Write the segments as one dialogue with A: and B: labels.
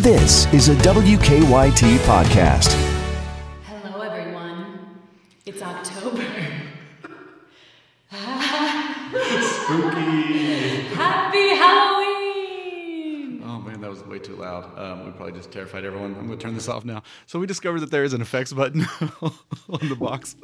A: This is a WKYT podcast.
B: Hello, everyone. It's October.
C: Spooky.
B: Happy Halloween!
C: Oh man, that was way too loud. Um, we probably just terrified everyone. I'm gonna turn this off now. So we discovered that there is an effects button on the box,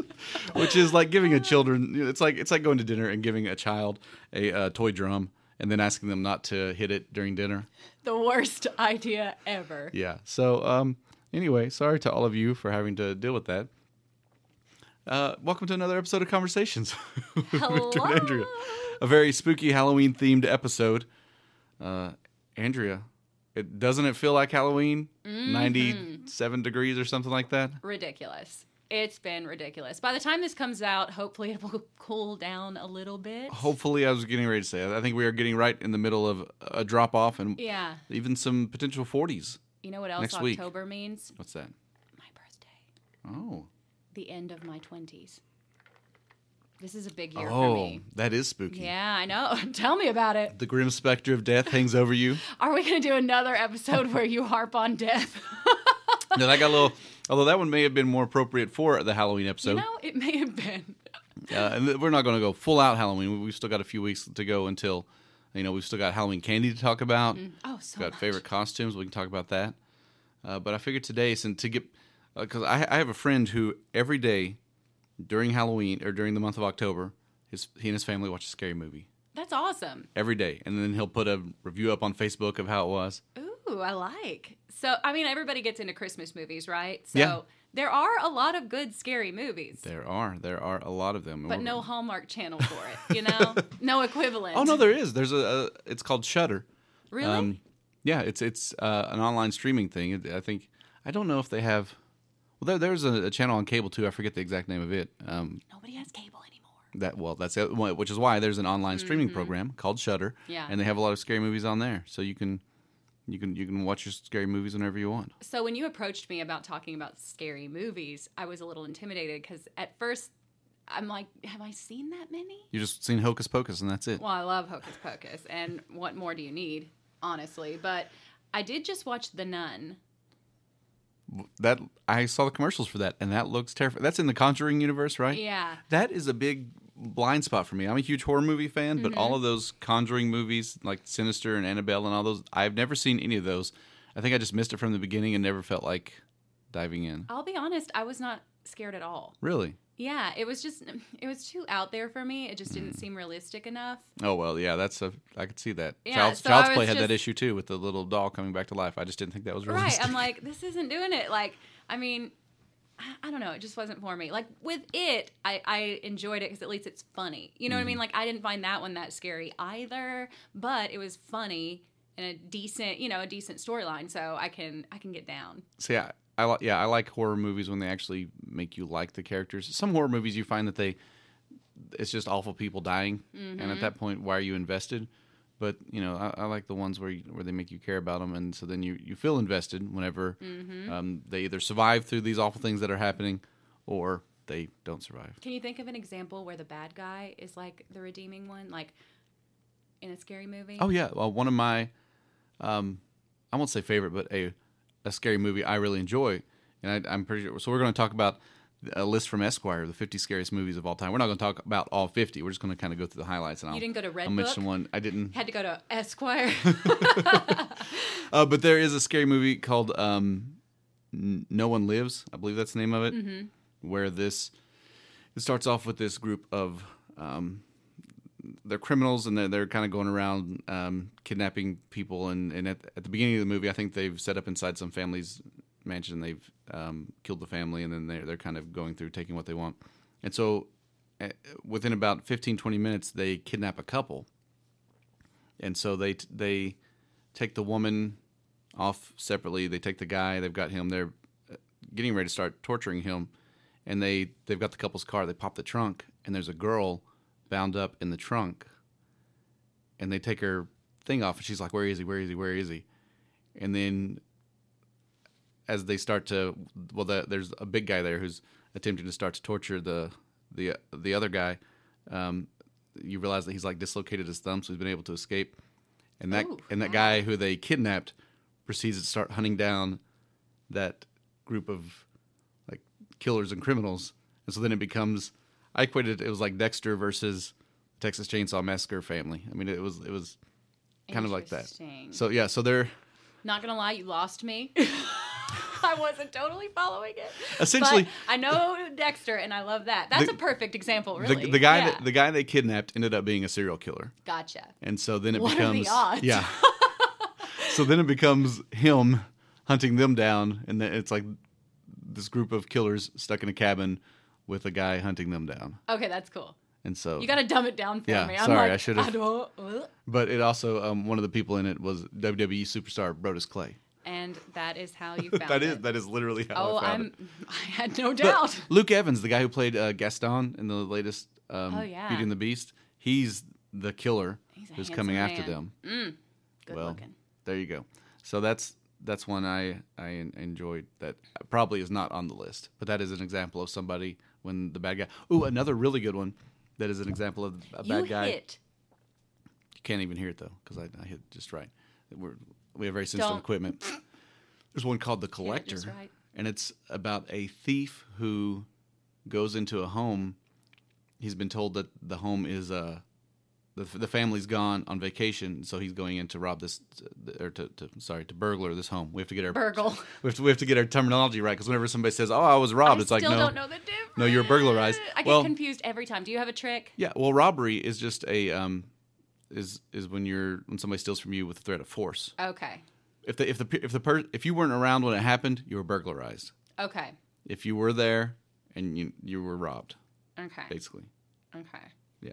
C: which is like giving a children. It's like it's like going to dinner and giving a child a uh, toy drum and then asking them not to hit it during dinner.
B: The worst idea ever.
C: Yeah. So um, anyway, sorry to all of you for having to deal with that. Uh, welcome to another episode of Conversations with Victor and Andrea. A very spooky Halloween themed episode. Uh, Andrea, it doesn't it feel like Halloween?
B: Mm-hmm.
C: Ninety seven degrees or something like that.
B: Ridiculous. It's been ridiculous. By the time this comes out, hopefully it will cool down a little bit.
C: Hopefully, I was getting ready to say. that. I think we are getting right in the middle of a drop off and
B: Yeah.
C: even some potential forties.
B: You know what else
C: Next week.
B: October means?
C: What's that?
B: My birthday.
C: Oh,
B: The end of my 20s. This is a big year for
C: oh,
B: me.
C: that is spooky.
B: Yeah, I know. Tell me about it.
C: The grim specter of death hangs over you.
B: Are we going to do another episode where you harp on death?
C: No, that got a little. Although that one may have been more appropriate for the Halloween episode,
B: you know, it may have been.
C: uh, and th- we're not going to go full out Halloween. We- We've still got a few weeks to go until, you know, we've still got Halloween candy to talk about.
B: Oh, so
C: We've got
B: much.
C: favorite costumes. We can talk about that. Uh, but I figured today, since to get, because I, I have a friend who every day during Halloween or during the month of October, his he and his family watch a scary movie
B: That's awesome.
C: every day, and then he'll put a review up on Facebook of how it was.
B: Ooh, I like. So, I mean, everybody gets into Christmas movies, right? So,
C: Yeah.
B: there are a lot of good scary movies,
C: There are there are a lot of them,
B: but no Hallmark channel for it, you know? no equivalent.
C: Oh no, there is. There's a, a it's called Shutter.
B: Really?
C: Um, yeah, it's it's uh, an online streaming thing. It- I think I don't know if they have. Well, there, there's a, a channel on cable too. I forget the exact name of it. Um,
B: Nobody has cable anymore.
C: that well, that's the other one, which is why there's an online streaming program called Shutter.
B: Mm-hmm. Yeah.
C: and they have a lot of scary movies on there, so you can you can you can watch your scary movies whenever you want.
B: So, when you approached me about talking about scary movies, I was a little intimidated because at first I'm like, have I seen that many?
C: You just seen Hocus Pocus and that's it.
B: Well, I love Hocus Pocus, and what more do you need, honestly? But I did just watch The Nun.
C: That I saw the commercials for that, and that looks terrifying. That's in the Conjuring universe, right?
B: Yeah.
C: That is a big blind spot for me. I'm a huge horror movie fan, but
B: Mm-hmm.
C: all of those Conjuring movies, like Sinister and Annabelle and all those, I've never seen any of those. I think I just missed it from the beginning and never felt like diving in.
B: I'll be honest, I was not scared at all.
C: Really?
B: Yeah, it was just it was too out there for me. It just didn't seem realistic enough.
C: Oh well, yeah, that's a I could see that.
B: Yeah,
C: Child's,
B: so
C: Child's
B: I was
C: Play had that
B: just-
C: issue too with the little doll coming back to life. I just didn't think that was
B: Right.
C: realistic.
B: I'm like, this isn't doing it. Like, I mean, I, I don't know. It just wasn't for me. Like with it, I, I enjoyed it because at least it's funny. You know what I mean? Like I didn't find that one that scary either, but it was funny and a decent, you know, a decent storyline. So I can I can get down.
C: See, I, I li- yeah, I like horror movies when they actually make you like the characters. Some horror movies you find that they it's just awful people dying, and at that point, why are you invested? But you know, I, I like the ones where you, where they make you care about them, and so then you you feel invested whenever um, they either survive through these awful things that are happening, or they don't survive.
B: Can you think of an example where the bad guy is like the redeeming one, like in a scary movie?
C: Oh yeah, well, one of my, um, I won't say favorite, but a a scary movie I really enjoy, and I, I'm pretty sure. So we're going to talk about a list from Esquire, the 50 scariest movies of all time. We're not going to talk about all 50. We're just going to kind of go through the highlights. And I'll,
B: didn't go to Red
C: I'll mention
B: Book?
C: one. I didn't.
B: Had to go to Esquire.
C: Uh, but there is a scary movie called um, N- No One Lives. I believe that's the name of it. Where this it starts off with this group of um, they're criminals and they're, they're kind of going around um, kidnapping people. And, and at, at the beginning of the movie, I think they've set up inside some family's mansion. They've um, killed the family and then they're, they're kind of going through taking what they want. And so uh, within about 15, 20 minutes, they kidnap a couple and so they they take the woman off separately. They take the guy. They've got him. They're uh, getting ready to start torturing him, and they they've got the couple's car. They pop the trunk, and there's a girl bound up in the trunk, and they take her thing off, and she's like, "Where is he? Where is he? Where is he?" And then as they start to well the, there's a big guy there who's attempting to start to torture the the the other guy um, you realize that he's like dislocated his thumb so he's been able to escape and that
B: Ooh,
C: and that guy who they kidnapped proceeds to start hunting down that group of like killers and criminals. And so then it becomes I equated it was like Dexter versus Texas Chainsaw Massacre family. I mean it was it was kind of like that.
B: Interesting.
C: So yeah, so they're
B: Not gonna lie, you lost me. I wasn't totally following it.
C: Essentially-
B: but I know Dexter, and I love that. That's
C: The-
B: a perfect example, really.
C: the, the guy
B: Yeah.
C: that the guy they kidnapped ended up being a serial killer.
B: gotcha.
C: And so then it
B: What are the
C: becomes
B: odds?
C: yeah. so then it becomes him hunting them down, and then it's like this group of killers stuck in a cabin with a guy hunting them down.
B: Okay, that's cool.
C: And so,
B: You got to dumb it down for
C: Yeah,
B: me. I'm
C: sorry,
B: like,
C: I should've-
B: don't. uh."
C: but it also um, one of the people in it was WWE superstar Brodus Clay.
B: And that is how you found
C: That
B: it.
C: is that is literally how
B: Oh,
C: I found
B: I'm.
C: it.
B: I had no
C: But
B: doubt.
C: Luke Evans, the guy who played uh, Gaston in the latest um,
B: Oh, yeah.
C: Beauty and the Beast, he's the killer
B: He's a
C: who's
B: handsome
C: coming after
B: man.
C: them.
B: Good
C: well,
B: looking.
C: there you go. So that's that's one I I en- enjoyed that probably is not on the list, but that is an example of somebody when the bad guy. Ooh, another really good one that is an example of a
B: You
C: bad guy.
B: hit.
C: You can't even hear it though because I, I hit just right. We're we have very sensitive
B: Don't.
C: equipment. There's one called the Collector,
B: just right.
C: and it's about a thief who goes into a home. He's been told that the home is uh the the family's gone on vacation, so he's going in to rob this or to, to sorry to burglar this home. We have to get our
B: Burgle.
C: we have to, we have to get our terminology right because whenever somebody says, "Oh, I was robbed,"
B: I
C: it's like
B: still
C: no,
B: don't know the difference.
C: no, you're burglarized.
B: I get
C: Well-
B: confused every time. Do you have a trick?
C: yeah, well, robbery is just a um, is is when you're when somebody steals from you with the threat of force.
B: Okay.
C: If the if the pe- if the per, if you weren't around when it happened, you were burglarized.
B: Okay.
C: If you were there and you you were robbed,
B: Okay.
C: basically.
B: Okay.
C: Yeah,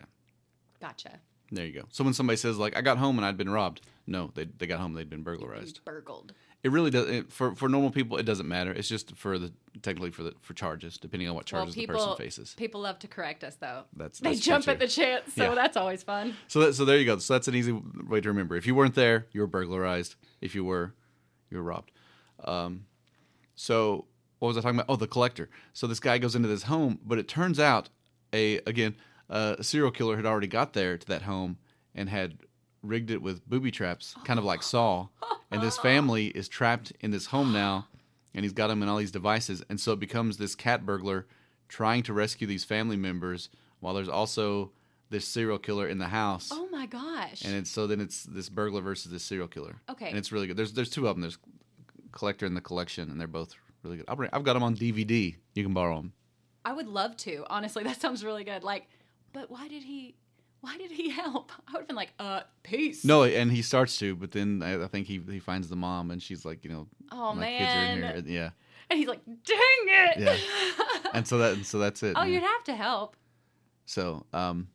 B: Gotcha.
C: there you go. So when somebody says like, "I got home and I'd been robbed," no, they they got home, they'd been
B: Mm-hmm.
C: burglarized.
B: Burgled.
C: It really does it, for for normal people. It doesn't matter. It's just for the technically for the for charges, depending on what
B: Well,
C: charges the
B: people
C: person faces.
B: people love to correct us though.
C: That's-
B: they
C: that's
B: jump
C: true,
B: at the
C: too.
B: chance, so
C: Yeah.
B: that's always fun.
C: So that, so there you go. So that's an easy way to remember. If you weren't there, you were burglarized. If you were, you were robbed. Um, so what was I talking about? Oh, the collector. So this guy goes into this home, but it turns out a again a serial killer had already got there to that home and had rigged it with booby traps, kind of like Saw. And this family is trapped in this home now, and he's got them in all these devices, and so it becomes this cat burglar trying to rescue these family members while there's also this serial killer in the house.
B: Oh my gosh.
C: And it's, so then it's this burglar versus this serial killer.
B: Okay.
C: And it's really good. There's there's two of them. There's Collector and the Collection, and they're both really good. I'll bring, I've got them on DVD. You can borrow them.
B: I would love to. Honestly, that sounds really good. Like, but why did he why did he help? I would have been like, uh, peace.
C: No, and he starts to, but then I, I think he he finds the mom, and she's like, you know,
B: Oh,
C: my kids are
B: man.
C: in here. Yeah.
B: And he's like, dang it.
C: Yeah. and so that and so that's it.
B: oh,
C: man.
B: you'd have to help.
C: So um,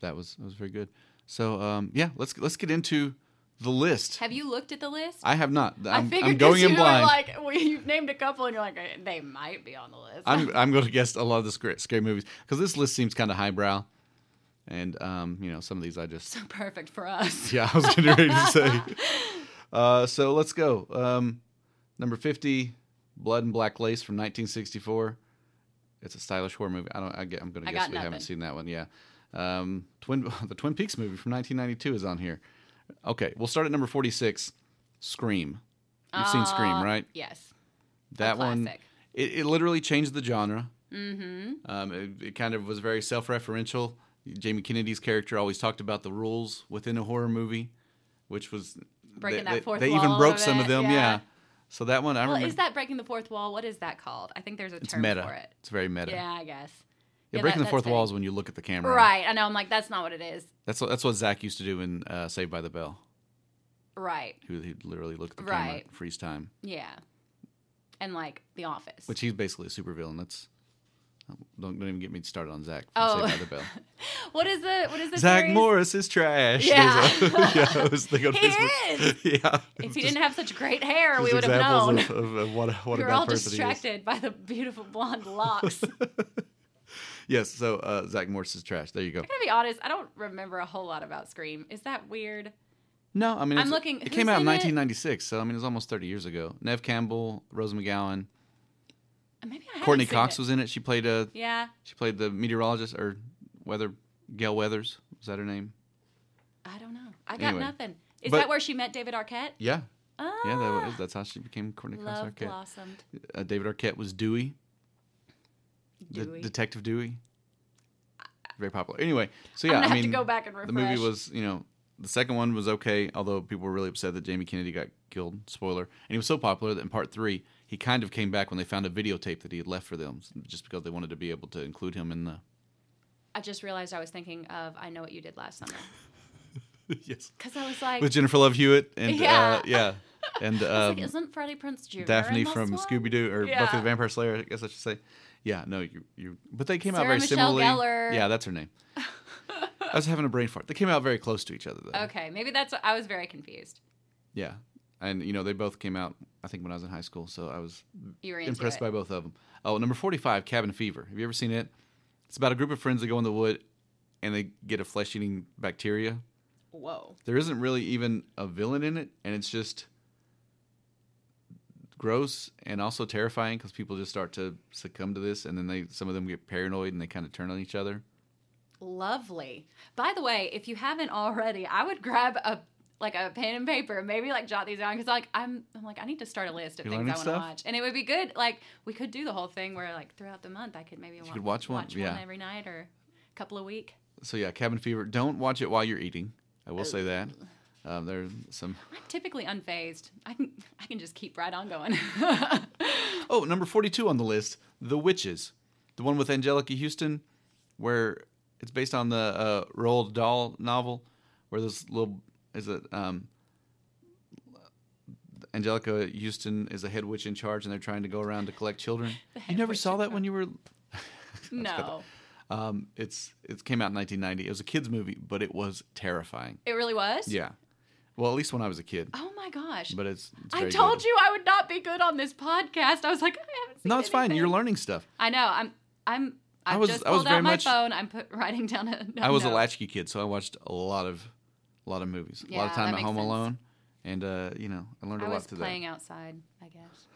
C: that was that was very good. So um, yeah, let's let's get into the list.
B: Have you looked at the list?
C: I have not. I'm, I'm
B: figured 'cause
C: going in
B: you
C: blind.
B: Were like well, you've named a couple, and you're like, eh, they might be on the list.
C: I'm I'm going to guess a lot of the scary, scary movies because this list seems kind of highbrow, and um, you know some of these I just
B: Perfect for us.
C: yeah I was getting ready to say. Uh, so let's go. Um, number fifty, Blood and Black Lace from 1964. It's a stylish horror movie. I don't. I get, I'm going to
B: I
C: guess
B: got
C: we haven't
B: nothing.
C: seen that one. Yeah. Um, Twin the Twin Peaks movie from 1992 is on here. Okay, we'll start at number 46. Scream. You've seen
B: Uh,
C: Scream, right?
B: Yes.
C: that one
B: classic.
C: it, it literally changed the genre mm-hmm. um, it, it kind of was very self-referential jamie kennedy's character always talked about the rules within a horror movie which was
B: Breaking
C: they,
B: that
C: they-
B: fourth
C: they
B: wall
C: even
B: a
C: broke
B: little
C: some of
B: bit,
C: them yeah.
B: yeah.
C: so that one i
B: Well,
C: remember
B: is that breaking the fourth wall? What is that called? I think there's a
C: it's
B: term
C: meta
B: for it.
C: it's very meta
B: Yeah, I guess.
C: Yeah,
B: Yeah,
C: breaking
B: that-
C: the fourth
B: that's
C: wall is when you look at the camera
B: Right. I know. I'm like, that's not what it is.
C: that's what, that's what zach used to do in uh, saved by the bell
B: Right.
C: he would he'd literally look at the camera
B: Right.
C: freeze time
B: Yeah. And like The Office.
C: which he's basically a supervillain that's don't, don't even get me started on zach from
B: Oh.
C: saved by the bell
B: what is the what is the
C: Zach
B: series?
C: Morris is trash.
B: Yeah.
C: There's a- yeah, I was thinking of
B: He
C: Facebook. Yeah.
B: If he didn't have such great hair,
C: Just
B: we would have
C: examples
B: known.
C: Of, of, of what, a- what
B: we
C: a
B: were
C: bad
B: all
C: person he is.
B: distracted by the beautiful blonde locks. I'm gonna
C: Yes, so uh, Zach Morris is trash. There you go.
B: be honest, I don't remember a whole lot about Scream. Is that weird?
C: No, I mean,
B: I'm
C: it's-
B: looking-
C: It came
B: who's
C: out in
B: in it?
C: 1996, so I mean, it was almost 30 years ago. Nev Campbell, Rose McGowan,
B: Maybe I haven't
C: Courtney
B: seen
C: Cox
B: it.
C: was in it. She played a,
B: Yeah.
C: she played the meteorologist or weather Gail Weathers. Was that her name?
B: I don't know. I got
C: Anyway.
B: nothing. Is
C: But-
B: that where she met David Arquette? Oh,
C: Yeah. Yeah, that was, that's how she became Courtney Cox
B: Ah. Love
C: Arquette.
B: blossomed.
C: Uh, David Arquette was Dewey,
B: Dewey.
C: The, Detective Dewey. Very popular. Anyway, so
B: I'm
C: yeah,
B: gonna
C: I
B: have to
C: mean,
B: go back and
C: the movie
B: refresh.
C: was you know the second one was okay, although people were really upset that Jamie Kennedy got killed. Spoiler, and he was so popular that in part three he kind of came back when they found a videotape that he had left for them, just because they wanted to be able to include him in the
B: I just realized I was thinking of I know what you did last summer
C: yes
B: because I was like,
C: with Jennifer Love Hewitt and
B: Yeah.
C: uh, yeah and
B: I was
C: um,
B: like, isn't Freddie Prince Jr.
C: Daphne
B: in this
C: from
B: one?
C: Scooby Doo or
B: Yeah.
C: Buffy the Vampire Slayer, I guess I should say. Yeah, no, you you. But they came out
B: Sarah
C: very
B: Michelle
C: similarly.
B: Gellar.
C: Yeah, that's her name. I was having a brain fart. They came out very close to each other, though.
B: Okay, maybe that's what I was very confused.
C: Yeah, and you know they both came out. I think when I was in high school, so I was
B: You were into
C: impressed
B: it.
C: by both of them. Oh, number forty-five, Cabin Fever. Have you ever seen it? It's about a group of friends that go in the wood, and they get a flesh-eating bacteria.
B: Whoa.
C: There isn't really even a villain in it, and it's just gross and also terrifying because people just start to succumb to this, and then they some of them get paranoid and they kind of turn on each other.
B: Lovely. By the way, if you haven't already, I would grab a like a pen and paper, and maybe like jot these down because like I'm I'm like I need to start a list of
C: You
B: things I
C: learning
B: want to
C: stuff?
B: watch, and it would be good. Like we could do the whole thing where like throughout the month I could maybe wa-
C: could watch one, yeah.
B: every night or a couple a week.
C: So yeah, Cabin Fever. Don't watch it while you're eating. I will say that. Um, there's some.
B: I'm typically unfazed. I can I can just keep right on going.
C: Oh, number 42 on the list, The Witches. The one with Angelica Houston, where it's based on the uh, Roald Dahl novel, where this little, is it, um, Angelica Houston is a head witch in charge and they're trying to go around to collect children. You never saw that when you were.
B: no,
C: Um, it's It came out in 1990. It was a kid's movie, but it was terrifying.
B: it really was.
C: Yeah. Well, at least when I was a kid.
B: Oh my gosh.
C: But it's. it's
B: I
C: very
B: told
C: good.
B: you I would not be good on this podcast. I was like, I haven't seen
C: No, it's fine.
B: anything.
C: You're learning stuff.
B: I know. I'm. I'm. I've
C: was-
B: just
C: I was
B: pulled
C: very
B: out my
C: much-
B: phone. I'm put, writing down a.
C: I was a
B: note.
C: latchkey kid, so I watched a lot of, a lot of movies, a lot of
B: Yeah,
C: time
B: that
C: at
B: makes
C: home
B: sense.
C: alone, and uh, you know, I learned a
B: I
C: lot
B: was
C: through
B: playing outside. I guess.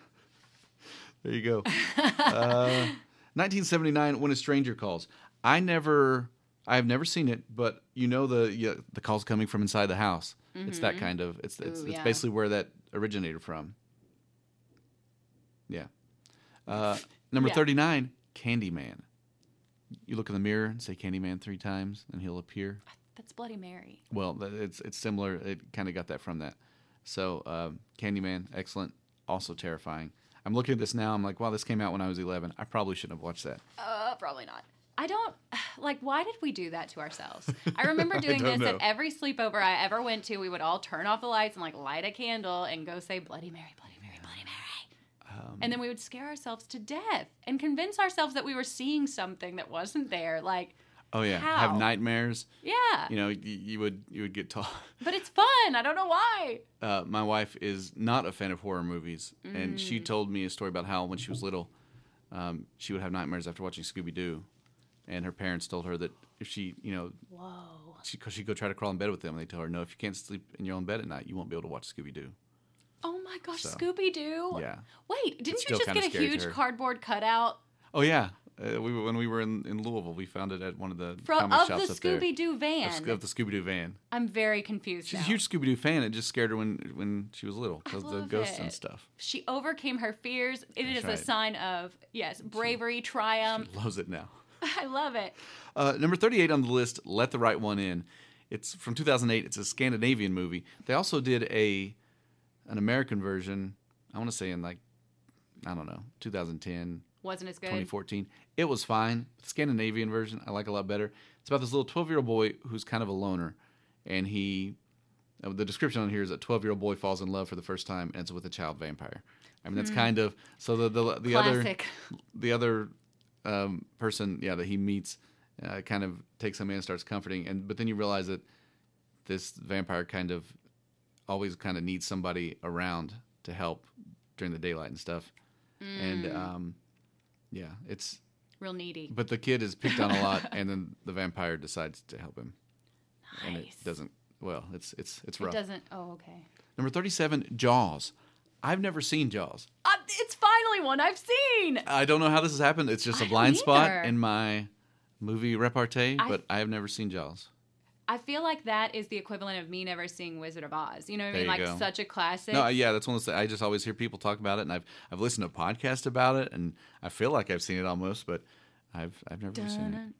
C: that. There you go. uh, 1979, When a Stranger Calls. I never, I have never seen it, but you know the yeah, the calls coming from inside the house. It's that kind of. It's it's,
B: Mm-hmm. Ooh,
C: it's
B: yeah.
C: basically where that originated from. Yeah. Uh, number
B: Yeah.
C: 39, Candyman. You look in the mirror and say Candyman three times, and he'll appear.
B: That's Bloody Mary.
C: Well, th- it's it's similar. It kind of got that from that. So, um, Candyman, excellent, also terrifying. I'm looking at this now. I'm like, wow, this came out when I was 11. I probably shouldn't have watched that.
B: Uh, probably not. I don't like. Why did we do that to ourselves? I remember doing
C: don't
B: this
C: know.
B: at every sleepover I ever went to. We would all turn off the lights and like light a candle and go say Bloody Mary, Bloody Mary, Bloody Mary,
C: Um,
B: and then we would scare ourselves to death and convince ourselves that we were seeing something that wasn't there. Like,
C: Oh yeah,
B: How?
C: have nightmares.
B: yeah,
C: You know, you, you would you would get taught.
B: but it's fun. I don't know why.
C: Uh, my wife is not a fan of horror movies, and she
B: Mm.
C: told me a story about how when she was little, um, she would have nightmares after watching Scooby Doo, and her parents told her that if she, you know,
B: Whoa.
C: she, cause she'd go try to crawl in bed with them, and they tell her no, if you can't sleep in your own bed at night, you won't be able to watch Scooby Doo.
B: Oh my gosh,
C: So,
B: Scooby Doo.
C: yeah.
B: Wait, didn't
C: It's
B: you
C: still
B: just
C: kinda
B: get a
C: scary to
B: huge
C: her.
B: cardboard cutout
C: Oh yeah, uh, we were- when we were in, in Louisville, we found it at one of the
B: from
C: comic
B: of
C: shops
B: the
C: up there.
B: Scooby Doo van?
C: Of Sc- of the Scooby Doo van.
B: I'm very confused.
C: She's
B: now.
C: a huge Scooby Doo fan. It just scared her when when she was little because the
B: love
C: ghosts and
B: it.
C: stuff.
B: She overcame her fears. It is
C: right.
B: a sign of yes, bravery, triumph.
C: Loves it now.
B: I love it.
C: Uh, number thirty-eight on the list. Let the right one in. It's from 2008. It's a Scandinavian movie. They also did a an American version. I want to say in like I don't know 2010,
B: Wasn't as good.
C: 2014. It was fine. The Scandinavian version I like a lot better. It's about this little 12 year old boy who's kind of a loner, and he. uh, The description on here is that 12 year old boy falls in love for the first time and it's with a child vampire. I mean that's kind of so the the, the other
B: Hmm. Classic.
C: the other um, person yeah that he meets uh, kind of takes him in and starts comforting and but then you realize that this vampire kind of always kind of needs somebody around to help during the daylight and stuff
B: Mm.
C: and um, yeah it's
B: Real needy.
C: but the kid is picked on a lot and then the vampire decides to help him and it
B: Nice.
C: doesn't well it's it's it's
B: It
C: rough
B: doesn't. Oh, okay.
C: number 37 jaws i've never seen jaws
B: Uh, it's finally one I've seen.
C: I don't know how this has happened. It's just a
B: I don't
C: blind spot
B: either.
C: in my movie repartee,
B: I-
C: but I have never seen Jaws.
B: I feel like that is the equivalent of me never seeing Wizard of Oz. You know what I
C: There
B: mean?
C: you
B: Like
C: go.
B: such a classic.
C: No, yeah, that's one of the I just always hear people talk about it, and I've I've listened to podcasts about it, and I feel like I've seen it almost, but I've I've never seen it.
B: Dun,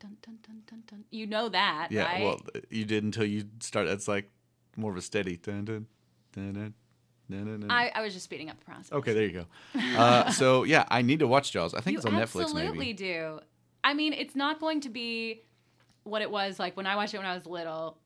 B: dun, dun, dun, dun, dun. You know that,
C: Yeah,
B: right?
C: well, you did until you start. It's like more of a steady. Dun, dun, dun, dun, dun, dun, dun.
B: I, I was just speeding up the process.
C: okay, there you go. Uh, so yeah, I need to watch Jaws. I think it's on
B: you
C: Netflix.
B: absolutely
C: Maybe
B: do. I mean, it's not going to be what it was like when I watched it when I was little.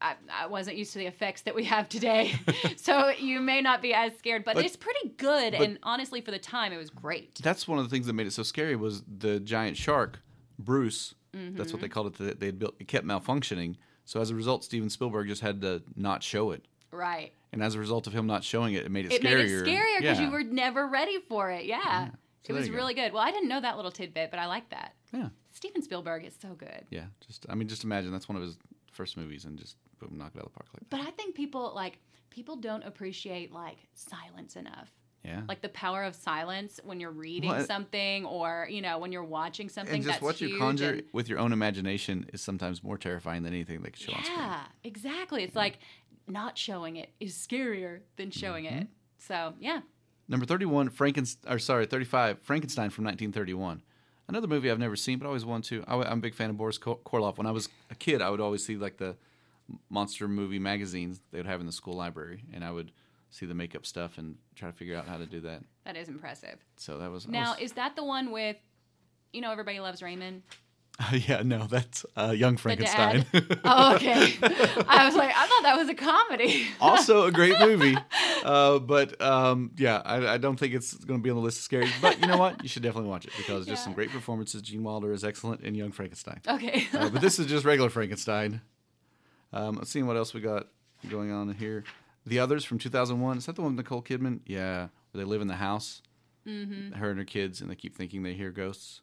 B: I, I wasn't used to the effects that we have today, so you may not be as scared. But,
C: But-
B: it's pretty good,
C: but-
B: and honestly, for the time, it was great.
C: that's one of the things that made it so scary was the giant shark, Bruce. That's
B: Mm-hmm.
C: what they called it. That they had built. It kept malfunctioning. So as a result, Steven Spielberg just had to not show it.
B: Right?
C: And as a result of him not showing it, it made it,
B: It
C: scarier.
B: made it scarier because
C: Yeah.
B: you were never ready for it. Yeah,
C: So
B: it
C: there
B: was
C: you go.
B: really good. Well, I didn't know that little tidbit, but I like that.
C: Yeah.
B: Steven Spielberg is so good.
C: Yeah. Just I mean, just imagine that's one of his first movies, and just boom, knock it out of the park like that.
B: But I think people like people don't appreciate like silence enough.
C: Yeah.
B: Like the power of silence when you're reading
C: Well, I-
B: something or, you know, when you're watching something
C: and just
B: that's
C: what
B: huge
C: you conjure
B: and-
C: with your own imagination is sometimes more terrifying than anything they could show on screen.
B: yeah, exactly. It's like not showing it is scarier than showing it.
C: Mm-hmm.
B: So, yeah.
C: Number thirty-one, Frankenstein. Or sorry, thirty-five, Frankenstein from nineteen thirty-one. Another movie I've never seen, but I always wanted to. I, am a big fan of Boris Kor- Korloff. When I was a kid, I would always see like the monster movie magazines they would have in the school library, and I would see the makeup stuff and try to figure out how to do that.
B: That is impressive.
C: So that was I
B: Now,
C: was-
B: is that the one with you know everybody loves Raymond?
C: yeah, no, that's uh, Young
B: The dad?
C: Frankenstein.
B: oh, okay. I was like, I thought that was a comedy.
C: also a great movie. Uh, but um, yeah, I, I don't think it's going to be on the list of scary. But you know what? You should definitely watch it because just some great performances. Gene Wilder is excellent in Young Frankenstein.
B: Okay.
C: Uh, but this is just regular Frankenstein. Um, let's see what else we got going on here. The others from 2001. Is that the one with Nicole Kidman? Yeah, where they live in the house, mm-hmm. her and her kids, and they keep thinking they hear ghosts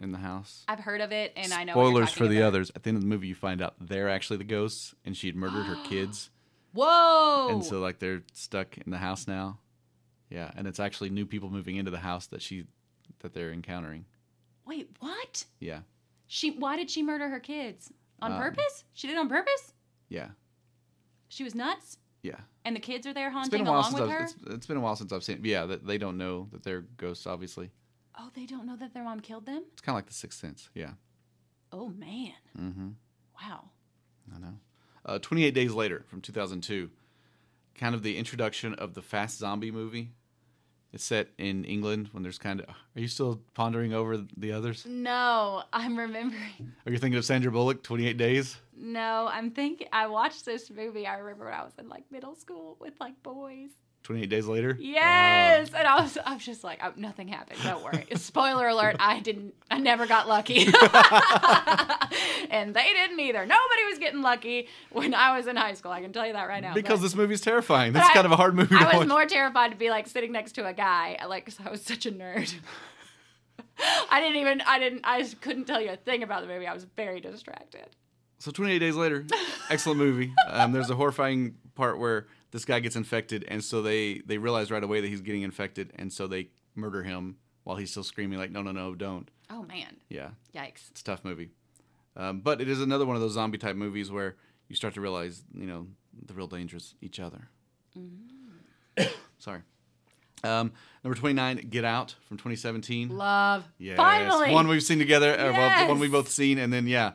C: in the house.
B: I've heard of it and I know what you're
C: Spoilers
B: talking
C: for the
B: about.
C: others. At the end of the movie, you find out they're actually the ghosts, and she had murdered her kids.
B: Whoa.
C: And so like they're stuck in the house now. Yeah, and it's actually new people moving into the house that she that they're encountering.
B: Wait, what?
C: Yeah.
B: She why did she murder her kids? On
C: Um,
B: purpose? She did it on purpose?
C: Yeah.
B: She was nuts?
C: Yeah.
B: And the kids are there
C: It's been
B: haunting
C: a while
B: along
C: since
B: with
C: I've
B: her?
C: it's, it's been a while since I've seen it. Yeah, that they don't know that they're ghosts obviously.
B: Oh, they don't know that their mom killed them?
C: It's kind of like the Sixth Sense. Yeah.
B: Oh man.
C: Mhm.
B: Wow.
C: I know. Uh, 28 Days Later from 2002. Kind of the introduction of the fast zombie movie. It's set in England when there's kind of Are you still pondering over the others?
B: No, I'm remembering.
C: Are you thinking of Sandra Bullock 28 Days?
B: No, I'm thinking I watched this movie. I remember when I was in like middle school with like boys.
C: 28 Days Later?
B: Yes, and I was, I was just like, oh, nothing happened. Don't worry. Spoiler alert: I didn't, I never got lucky, and they didn't either. Nobody was getting lucky when I was in high school. I can tell you that right now.
C: Because
B: but
C: this movie's terrifying. That's
B: I-
C: kind of a hard movie to
B: I was
C: watch.
B: more terrified to be like sitting next to a guy, like 'cause I was such a nerd. I didn't even, I didn't, I just couldn't tell you a thing about the movie. I was very distracted.
C: so 28 Days Later, excellent movie. Um, there's a horrifying part where this guy gets infected, and so they they realize right away that he's getting infected, and so they murder him while he's still screaming like, "No, no, no, don't!"
B: Oh man,
C: Yeah,
B: yikes!
C: it's a tough movie. Um, but it is another one of those zombie type movies where you start to realize, you know, the real danger is each other.
B: Mm-hmm.
C: Sorry. Um, number 29, Get Out from 2017.
B: Love.
C: Yes.
B: Finally,
C: One we've seen together. uh, well, the one we've
B: Yes.
C: both seen. And then, yeah.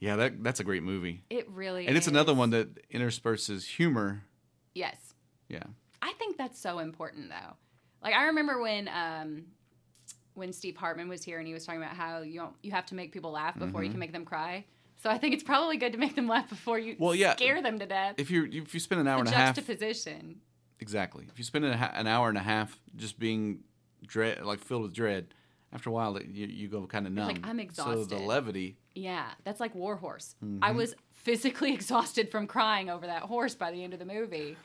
C: Yeah, that that's a great movie.
B: it really
C: And it's
B: is.
C: another one that intersperses humor.
B: Yes.
C: Yeah.
B: I think that's so important though. Like I remember when um when Steve Hartman was here and he was talking about how you don't, you have to make people laugh before
C: Mm-hmm.
B: you can make them cry. So I think it's probably good to make them laugh before you
C: Well, yeah.
B: scare them to death.
C: If you if you spend an hour
B: the
C: and a half
B: juxtaposition.
C: exactly. If you spend an, ha- an hour and a half just being dread like filled with dread, after a while it- you, you go kind of numb.
B: like, I'm
C: So
B: exhausted.
C: the levity.
B: Yeah, that's like War Horse.
C: Mm-hmm.
B: I was physically exhausted from crying over that horse by the end of the movie.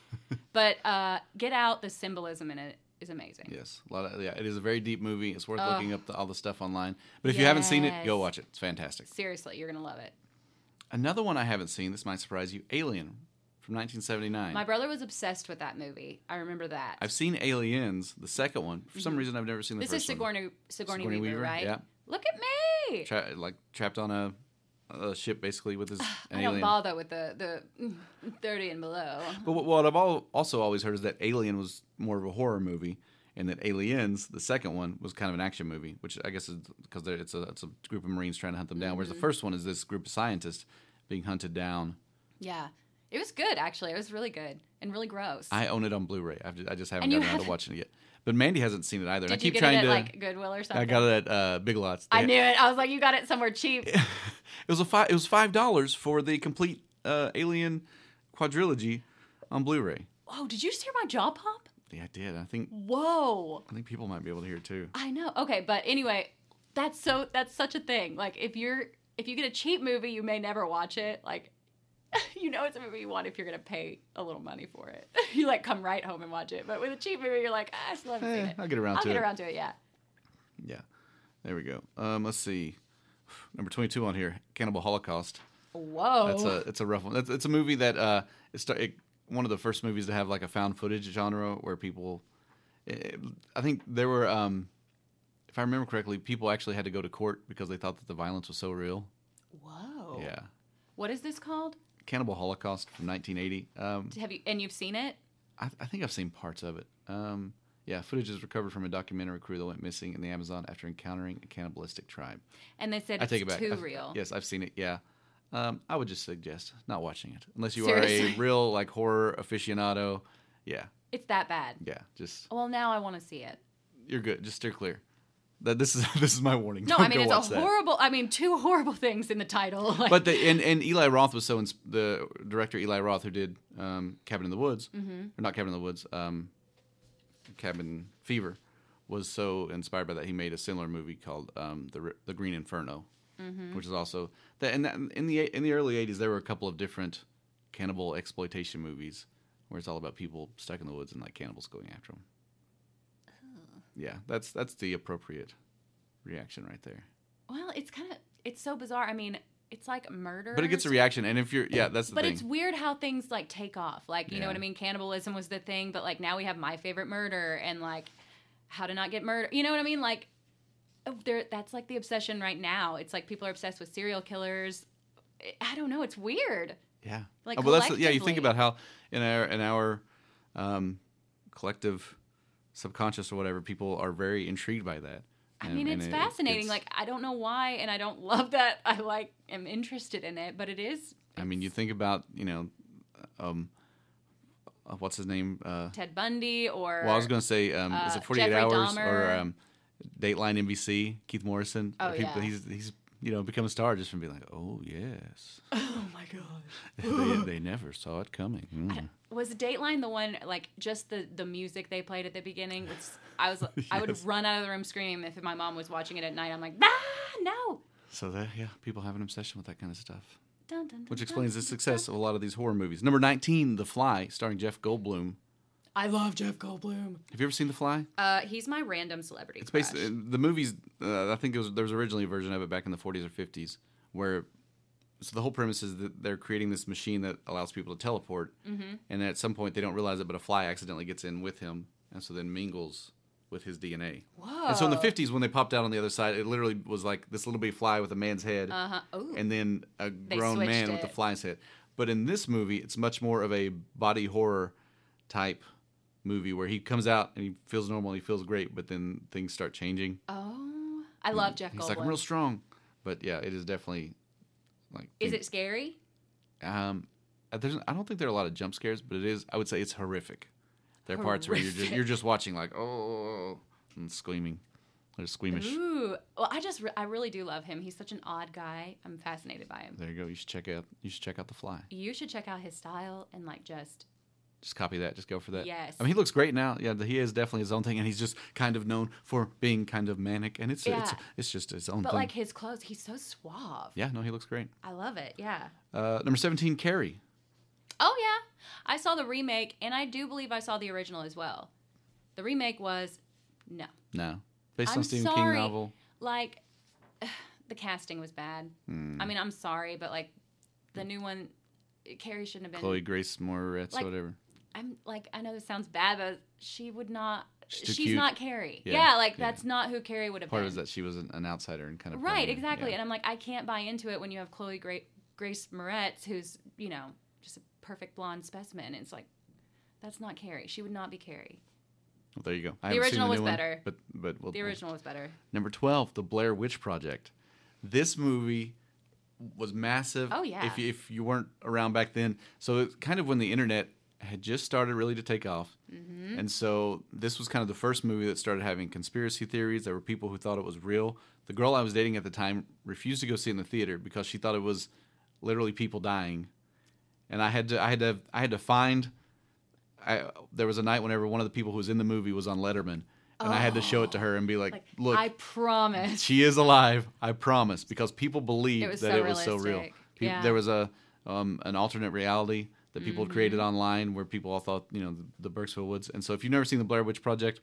B: but uh, Get Out, the symbolism in it is amazing.
C: Yes. A lot of yeah, it is a very deep movie. It's worth looking up the, all the stuff online. But if you haven't seen it, go
B: Yes.
C: watch it. It's fantastic.
B: Seriously, you're gonna love it.
C: Another one I haven't seen, this might surprise you, Alien from 1979.
B: My brother was obsessed with that movie. I remember that.
C: I've seen Aliens, the second one. For some reason, I've never seen the
B: Mm-hmm. This
C: first
B: is Sigourney Sigourney,
C: Sigourney
B: Weaver,
C: Weaver,
B: right?
C: yeah.
B: Look at me.
C: one. Tra- like trapped on a a ship basically with his an
B: I
C: alien.
B: don't bother with the the thirty and below.
C: But what, what I've all, also always heard is that Alien was more of a horror movie, and that Aliens, the second one, was kind of an action movie, which I guess is because it's a it's a group of Marines trying to hunt them down.
B: Mm-hmm.
C: Whereas the first one is this group of scientists being hunted down.
B: Yeah, it was good actually. It was really good and really gross.
C: I own it on Blu-ray. I've just, I just haven't
B: And you
C: gotten around to
B: haven't-
C: watching it yet. But Mandy hasn't seen it either. and I
B: Did you
C: keep
B: get
C: trying
B: it at
C: to.
B: like Goodwill or something?
C: I got it at uh, Big Lots.
B: I
C: They-
B: knew it. I was like, you got it somewhere cheap.
C: It was a five. It was five dollars for the complete uh, Alien quadrilogy on Blu-ray.
B: Whoa, did you just hear my jaw pop?
C: Yeah, I did. I think
B: Whoa.
C: I think people might be able to hear it too.
B: I know. Okay, but anyway, that's so that's such a thing. Like if you're if you get a cheap movie, you may never watch it. Like you know it's a movie you want if you're gonna pay a little money for it. you like come right home and watch it. But with a cheap movie, you're like, ah, I still haven't seen
C: Eh,
B: it.
C: I'll get around
B: I'll
C: to
B: get
C: it.
B: around to it. Yeah.
C: Yeah, there we go. Um, let's see, number twenty-two on here, Cannibal Holocaust.
B: Whoa.
C: That's a it's a rough one. That's, it's a movie that uh, it start, it, one of the first movies to have like a found footage genre where people, it, I think there were, um, if I remember correctly, people actually had to go to court because they thought that the violence was so real.
B: Whoa.
C: Yeah,
B: What is this called?
C: Cannibal Holocaust from 1980. Um,
B: Have you and you've seen it?
C: I, I think I've seen parts of it. Um, yeah, footage is recovered from a documentary crew that went missing in the Amazon after encountering a cannibalistic tribe.
B: And they said
C: I
B: it's
C: take it back.
B: too
C: I've-
B: real.
C: Yes, I've seen it. Yeah. Um, I would just suggest not watching it unless you are a
B: Seriously.
C: real like horror aficionado. Yeah,
B: It's that bad.
C: yeah. Just
B: Well, now I want to see it.
C: you're good. Just steer clear. That this is this is my warning.
B: No,
C: Don't
B: I mean
C: go
B: it's
C: watch
B: a
C: that.
B: horrible. I mean two horrible things in the title. Like,
C: But the and, and Eli Roth was so ins- the director Eli Roth who did um, Cabin in the Woods
B: Mm-hmm.
C: or not Cabin in the Woods, um, Cabin Fever was so inspired by that he made a similar movie called um, the Re- the Green Inferno,
B: Mm-hmm.
C: which is also that and that, in the in the early '80s there were a couple of different cannibal exploitation movies where it's all about people stuck in the woods and like cannibals going after them.
B: Oh.
C: Yeah, that's that's the appropriate reaction right there.
B: well, it's kind of it's so bizarre. I mean, it's like murder.
C: But it gets a reaction, and if you're yeah, that's the
B: But
C: thing.
B: it's weird how things like take off. Like, you know what
C: Yeah.
B: I mean? Cannibalism was the thing, but like now we have my favorite murder and like how to not get murdered. You know what I mean? Like oh, there that's like the obsession right now. It's like people are obsessed with serial killers. I- I don't know, it's weird.
C: Yeah. Oh,
B: Like,
C: well, that's the- yeah. You think
B: collectively.
C: about how in our in our um, collective subconscious or whatever, people are very intrigued by that.
B: I
C: And-
B: mean,
C: and
B: it's
C: it-
B: fascinating.
C: it's-
B: like I don't know why and I don't love that. I like am interested in it, but it is
C: I mean, you think about you know, um, uh, what's his name? Uh,
B: Ted Bundy or
C: well, I was gonna say, um, is
B: uh,
C: it Forty Eight
B: Jeffrey
C: Hours or
B: Dahmer.
C: um, Dateline NBC? Keith Morrison.
B: Oh,
C: Like, he-
B: yeah.
C: He's he's you know become a star just from being like, oh yes,
B: Oh my god.
C: they, they never saw it coming. Hmm.
B: was Dateline the one like just the the music they played at the beginning? Which I was I would run out of the room screaming if my mom was watching it at night. I'm like, ah, no.
C: So that yeah, people have an obsession with that kind of stuff.
B: Dun, dun, dun,
C: which
B: dun.
C: explains the success of a lot of these horror movies. Number 19, The Fly, starring Jeff Goldblum.
B: I love Jeff Goldblum.
C: Have you ever seen The Fly?
B: Uh, he's my random celebrity.
C: It's basically
B: crush.
C: the movies. Uh, I think it was there was originally a version of it back in the 40s or 50s where so the whole premise is that they're creating this machine that allows people to teleport, and at some point they don't realize it, but a fly accidentally gets in with him, and so then mingles with his DNA. Whoa! And so in the 50s, when they popped out on the other side, it literally was like this little bitty fly with a man's head, uh-huh. and then a grown
B: switched
C: man with a
B: it.
C: fly's head. But in this movie, it's much more of a body horror type movie where he comes out and he feels normal, he feels great, but then things start changing.
B: oh, I love Jeff
C: He's
B: Goldblum.
C: like, I'm real strong. But yeah, it is definitely like.
B: is it scary?
C: Um, there's, I don't think there are a lot of jump scares, but it is. I would say it's horrific. There are parts where you're just you're just watching like oh and screaming, they're squeamish.
B: Ooh, well, I just re- I really do love him. He's such an odd guy. I'm fascinated by him.
C: There you go. You should check out. You should check out the fly.
B: You should check out his style and like just
C: Just copy that. Just go for that.
B: Yes.
C: I mean, he looks great now. Yeah, he is definitely his own thing, and he's just kind of known for being kind of manic, and it's it's,
B: Yeah.
C: it's just his own
B: but
C: thing.
B: like his clothes. He's so suave.
C: yeah, no, he looks great.
B: I love it. Yeah.
C: Uh, number seventeen, Carrie.
B: Oh yeah, I saw the remake, and I do believe I saw the original as well. The remake was no.
C: No, based
B: I'm
C: on Stephen
B: sorry.
C: King novel.
B: Like the casting was bad.
C: Hmm.
B: I mean, I'm sorry, but like the new one, Carrie shouldn't have been.
C: Chloe Grace Moretz,
B: Like-
C: whatever.
B: I'm like, I know this sounds bad, but she would not.
C: She's too
B: She's
C: cute.
B: not Carrie.
C: Yeah,
B: Yeah, like
C: yeah.
B: that's not who Carrie would have
C: Part
B: been.
C: was that she was an, an outsider and kind of
B: Right,
C: playing-
B: exactly.
C: yeah.
B: And I'm like, I can't buy into it when you have Chloe Gra- Grace Moretz, who's you know just a perfect blonde specimen. And it's like, that's not Carrie. She would not be Carrie.
C: Well, there you go. I
B: The
C: haven't seen
B: original was
C: new one,
B: better.
C: but but we'll,
B: The
C: we'll-
B: original was better.
C: number twelve, the Blair Witch Project. This movie was massive.
B: Oh, yeah.
C: If you, if you weren't around back then, so it's kind of when the internet had just started really to take off,
B: Mm-hmm.
C: and so this was kind of the first movie that started having conspiracy theories. There were people who thought it was real. The girl I was dating at the time refused to go see it in the theater because she thought it was literally people dying, and I had to I had to I had to find. I, there was a night whenever one of the people who was in the movie was on Letterman, and I had to show it to her and be like,
B: Like,
C: "Look,
B: I promise.
C: she is alive, I promise, because people believed
B: It was
C: that
B: so
C: it was so real.
B: realistic.
C: Pe-
B: Yeah.
C: There was a um, an alternate reality that people had created
B: Mm-hmm.
C: online where people all thought, you know, the, the Berksville Woods. And so if you've never seen the Blair Witch Project,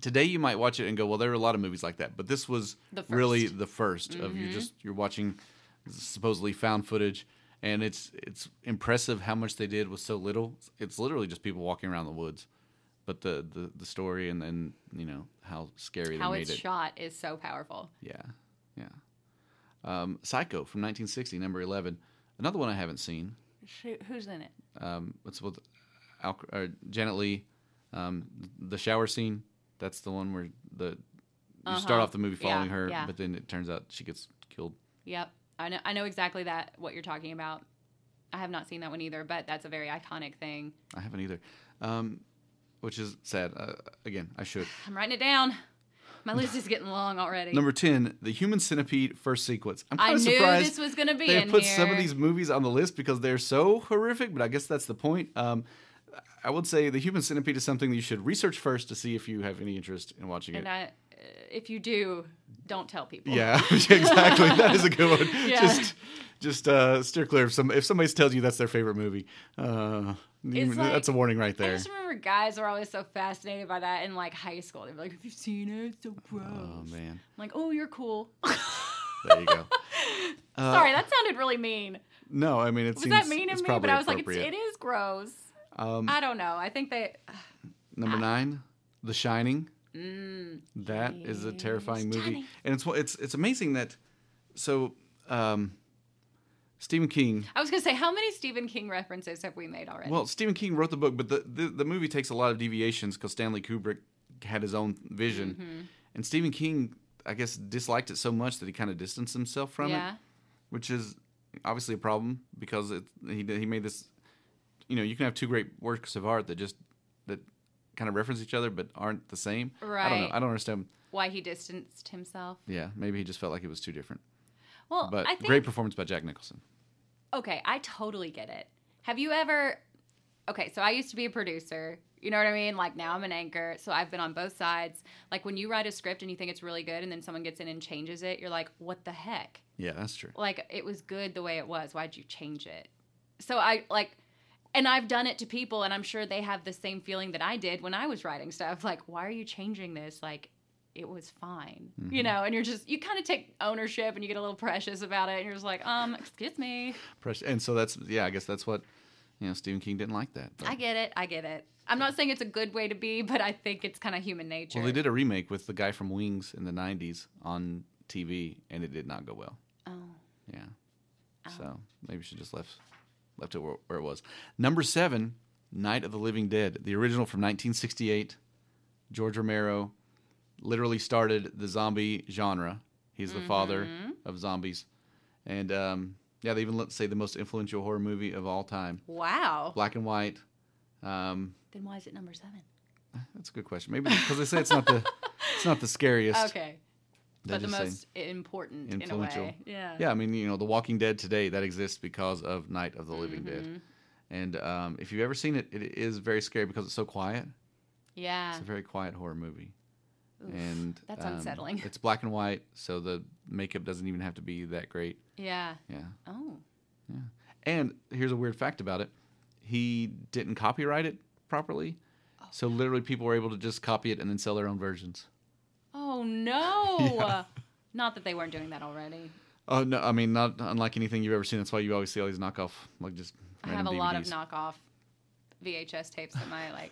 C: today you might watch it and go, well, there are a lot of movies like that, but this was
B: The
C: really
B: first. Mm-hmm.
C: the 1st of you just you're watching supposedly found footage. And it's it's impressive how much they did with so little. It's literally just people walking around the woods, but the the, the story and then you know how scary
B: How
C: they made
B: it's
C: it.
B: shot is so powerful.
C: Yeah, yeah. Um, Psycho from 1960, number 11. Another one I haven't seen.
B: Shoot, who's in it?
C: Um, what's with Al- or Janet Lee? Um, the shower scene. That's the one where the you start off the movie
B: Uh-huh. Yeah,
C: following her,
B: yeah.
C: but then it turns out she gets killed.
B: Yep, I know. I know exactly that what you're talking about. I have not seen that one either, but that's a very iconic thing.
C: I haven't either, um, which is sad. Uh, again, I should.
B: I'm writing it down. My list is getting long already.
C: Number 10, the Human Centipede first sequence. I'm
B: I
C: kind of
B: knew
C: surprised
B: this was gonna be
C: they
B: in
C: put some of
B: here.
C: these movies on the list because they're so horrific, but I guess that's the point. Um, I would say the Human Centipede is something that you should research first to see if you have any interest in watching it.
B: and I, if you do, don't tell people.
C: yeah, exactly. That is a good one.
B: Yeah.
C: Just, just uh, steer clear. If some if somebody tells you that's their favorite movie, uh,
B: It's
C: that's a
B: like-
C: warning right
B: I
C: there.
B: just remember guys were always so fascinated by that in like high school. They'd be like, "Have you seen it? It's so gross."
C: Oh man,
B: I'm like, "Oh, you're cool."
C: Uh, there you go.
B: Sorry, that sounded really mean.
C: No, I mean it
B: Was
C: seems
B: that mean
C: it's
B: of me?
C: probably
B: But I was like, it's,
C: appropriate. Um,
B: "It is gross." I don't know. I think they.
C: Number nine, The Shining. That is a terrifying movie, and it's it's it's amazing that so um, Stephen King.
B: I was gonna say, how many Stephen King references have we made already?
C: Well, Stephen King wrote the book, but the the, the movie takes a lot of deviations because Stanley Kubrick had his own vision, and Stephen King, I guess, disliked it so much that he kind of distanced himself from
B: yeah.
C: it, which is obviously a problem because it, he he made this. You know, you can have two great works of art that just that kind of reference each other but aren't the same. I don't know.
B: Right.
C: I don't understand.
B: Why he distanced himself?
C: Yeah, maybe he just felt like it was too different.
B: Well,
C: But
B: I think
C: great performance by Jack Nicholson.
B: okay, I totally get it. Have you ever Okay, so I used to be a producer. You know what I mean? Like now I'm an anchor, so I've been on both sides. Like when you write a script and you think it's really good and then someone gets in and changes it, you're like, "What the heck?"
C: Yeah, that's true.
B: Like it was good the way it was. Why'd you change it? So I like and I've done it to people and I'm sure they have the same feeling that I did when I was writing stuff. Like, "Why are you changing this?" Like it was fine,
C: Mm-hmm.
B: you know, and you're just, you kind of take ownership and you get a little precious about it. And you're just like, um, excuse me.
C: Press- And so that's yeah, I guess that's what you know Stephen King didn't like that. But-
B: I get it. I get it. I'm not saying it's a good way to be, but I think it's kind of human nature.
C: well, they did a remake with the guy from Wings in the '90s on TV, and it did not go well.
B: Oh.
C: Yeah. So maybe she just left left it where, where it was. Number seven, Night of the Living Dead, the original from 1968. George Romero literally started the zombie genre. He's the father
B: Mm-hmm.
C: of zombies, and um, yeah, they even let say the most influential horror movie of all time,
B: Wow.
C: black and white. Um,
B: Then why is it number seven?
C: that's a good question. Maybe because they say it's not the it's not the scariest.
B: Okay.
C: They
B: but the
C: just say-
B: most important
C: influential.
B: in a way. Yeah.
C: Yeah, I mean, you know, The Walking Dead today that exists because of Night of the Living
B: Mm-hmm.
C: Dead. And um, if you've ever seen it, it is very scary because it's so quiet.
B: Yeah.
C: It's a very quiet horror movie. and
B: Ah. that's
C: um,
B: unsettling.
C: It's black and white, so the makeup doesn't even have to be that great.
B: Yeah.
C: Yeah.
B: Oh.
C: And here's a weird fact about it. He didn't copyright it properly. So literally people were able to just copy it and then sell their own versions.
B: Oh, no. Not that they weren't doing that already.
C: Oh no, I mean not unlike anything you've ever seen. That's why you always see all these knockoff like just
B: I have
C: random
B: a lot of
C: DVDs.
B: knockoff VHS tapes that my like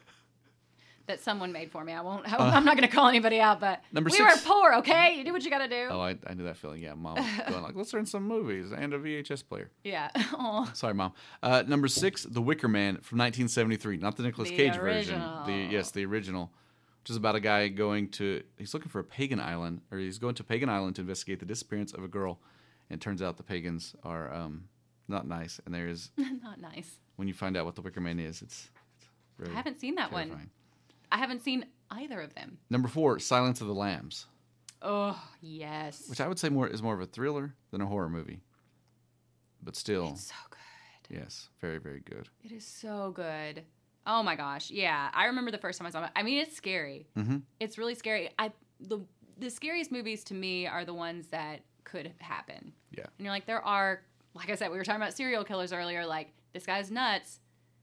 B: that someone made for me. I won't. I, am not going to call anybody out, but
C: Uh. Number
B: we
C: six.
B: were poor. Okay, you do what you got to do.
C: Oh, I, I knew that feeling. Yeah, mom going like, let's learn some movies and a VHS player.
B: Yeah. Aw.
C: Sorry, mom. Uh, number six, The Wicker Man from 1973, not the Nicolas
B: The
C: Cage
B: original.
C: version. The yes, the original, which is about a guy going to he's looking for a pagan island, or he's going to pagan island to investigate the disappearance of a girl, and it turns out the pagans are um, not nice, and there is
B: not nice.
C: when you find out what the Wicker Man is, it's, it's very
B: I haven't seen that
C: terrifying.
B: one. I haven't seen either of them.
C: Number four, Silence of the Lambs,
B: Oh yes.
C: which I would say more is more of a thriller than a horror movie, but still,
B: so good.
C: yes, very very good.
B: It is so good. Oh my gosh. Yeah, I remember the first time I saw it. I mean, it's scary. Mm-hmm. It's really scary. I the the scariest movies to me are the ones that could happen.
C: Yeah.
B: And you're like, there are, like I said, we were talking about serial killers earlier. Like, this guy's nuts,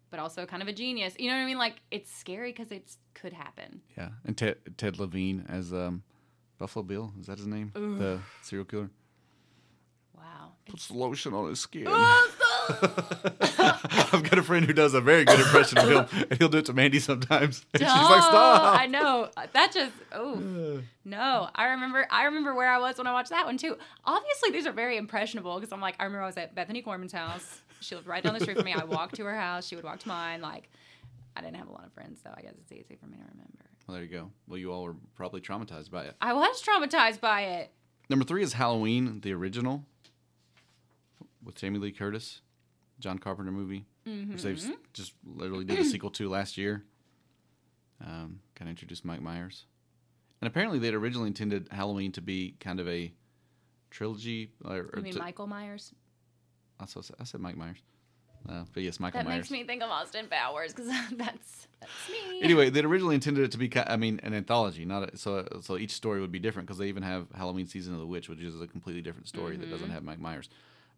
B: but also kind of a genius. You know what I mean? Like, it's scary because it could happen.
C: Yeah, and Ted, Ted Levine as um, Buffalo Bill. Is that his name? The serial killer.
B: Wow.
C: Puts lotion on his skin. I've got a friend who does a very good impression of him, and he'll do it to Mandy sometimes. And she's like,
B: Oh,
C: "Stop!"
B: I know. That just oh no. I remember. I remember where I was when I watched that one too. Obviously, these are very impressionable because I'm like, I remember I was at Bethany Gorman's house. She lived right down the street from me. I walked to her house. She would walk to mine. Like, I didn't have a lot of friends, so I guess it's easy for me to remember.
C: Well, there you go. Well, you all were probably traumatized by it.
B: I was traumatized by it.
C: Number three is Halloween, the original, with Jamie Lee Curtis, John Carpenter movie, which they have
B: Mm-hmm.
C: just literally did a sequel to last year. Um, kind of introduced Mike Myers, and apparently they'd originally intended Halloween to be kind of a trilogy. Or, or
B: I mean,
C: to-
B: Michael Myers.
C: I saw- I said Mike Myers, uh, but yes, Michael
B: That
C: Myers.
B: makes me think of Austin Powers because that's that's me.
C: Anyway, they'd originally intended it to be, ki- I mean, an anthology, not a, so. So each story would be different because they even have Halloween season of the witch, which is a completely different story that
B: Mm-hmm.
C: doesn't have Mike Myers.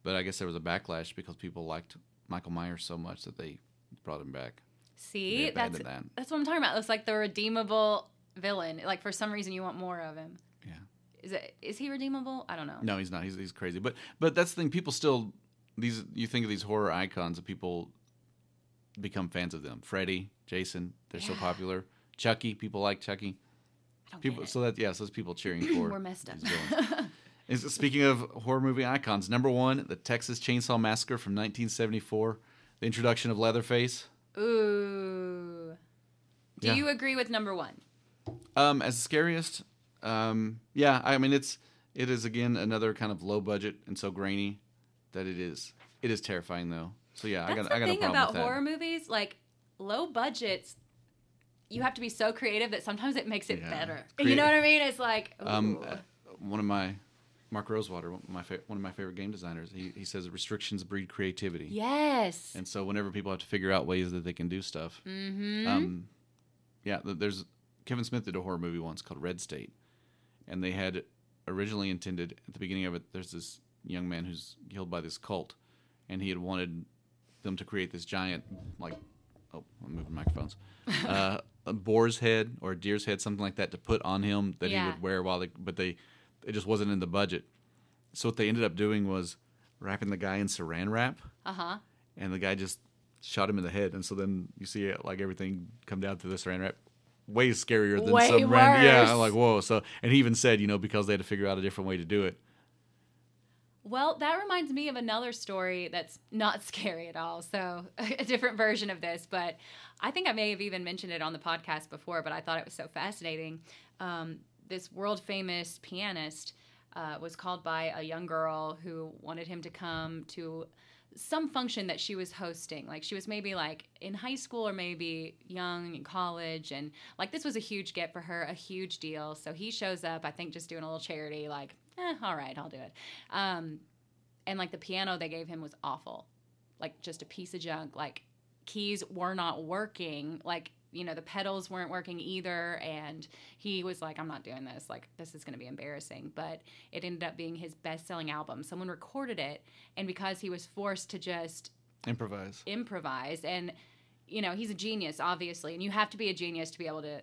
C: But I guess there was a backlash because people liked Michael Myers so much that they brought him back.
B: See,
C: They
B: that's
C: abandoned that.
B: that's what I'm talking about. It's like the redeemable villain. Like for some reason, you want more of him.
C: Yeah.
B: Is it is he redeemable? I don't know.
C: No, he's not. He's he's crazy. But but that's the thing. People still these. You think of these horror icons, and people become fans of them. Freddy, Jason, they're so popular. Chucky, people like Chucky.
B: I don't
C: People,
B: get it.
C: so that yeah, so it's people cheering for.
B: We're messed up.
C: these villains. Is- Speaking of horror movie icons, number one, the Texas Chainsaw Massacre from 1974, the introduction of Leatherface.
B: Ooh. Do
C: Yeah.
B: you agree with number one?
C: Um, as the scariest, um, yeah, I mean it's it is again another kind of low budget and so grainy that it is it is terrifying though. So yeah, I
B: That's
C: got
B: the
C: I got a
B: thing
C: problem
B: about
C: with that.
B: horror movies, like low budgets. You have to be so creative that sometimes it makes it
C: Yeah.
B: better.
C: Creat-
B: You know what I mean? It's like, ooh.
C: Um, uh, one of my Mark Rosewater, one of my fa- one of my favorite game designers, he he says restrictions breed creativity.
B: yes.
C: And so whenever people have to figure out ways that they can do stuff, mm-hmm. um, yeah, th- there's Kevin Smith did a horror movie once called Red State, and they had originally intended at the beginning of it. There's this young man who's killed by this cult, and he had wanted them to create this giant like oh I'm moving microphones. Uh, a boar's head or a deer's head, something like that, to put on him that he
B: Yeah.
C: would wear while they, but they, it just wasn't in the budget. So what they ended up doing was wrapping the guy in saran wrap,
B: Uh huh.
C: and the guy just shot him in the head. And so then you see it, like everything come down to this saran wrap. Way scarier than
B: Way
C: some random. Yeah,
B: worse.
C: I'm like whoa. So and he even said, you know, because they had to figure out a different way to do it.
B: Well, that reminds me of another story that's not scary at all. So, a different version of this, but I think I may have even mentioned it on the podcast before, but I thought it was so fascinating. Um, this world famous pianist uh, was called by a young girl who wanted him to come to some function that she was hosting. Like, she was maybe like in high school or maybe young in college. And like, this was a huge get for her, a huge deal. So, he shows up, I think, just doing a little charity, like, eh, all right, I'll do it. Um, and like the piano they gave him was awful, like just a piece of junk. Like keys were not working. Like you know the pedals weren't working either. And he was like, I'm not doing this. Like this is going to be embarrassing. But it ended up being his best-selling album. Someone recorded it, and because he was forced to just
C: Improvise.
B: improvise and you know he's a genius obviously and you have to be a genius to be able to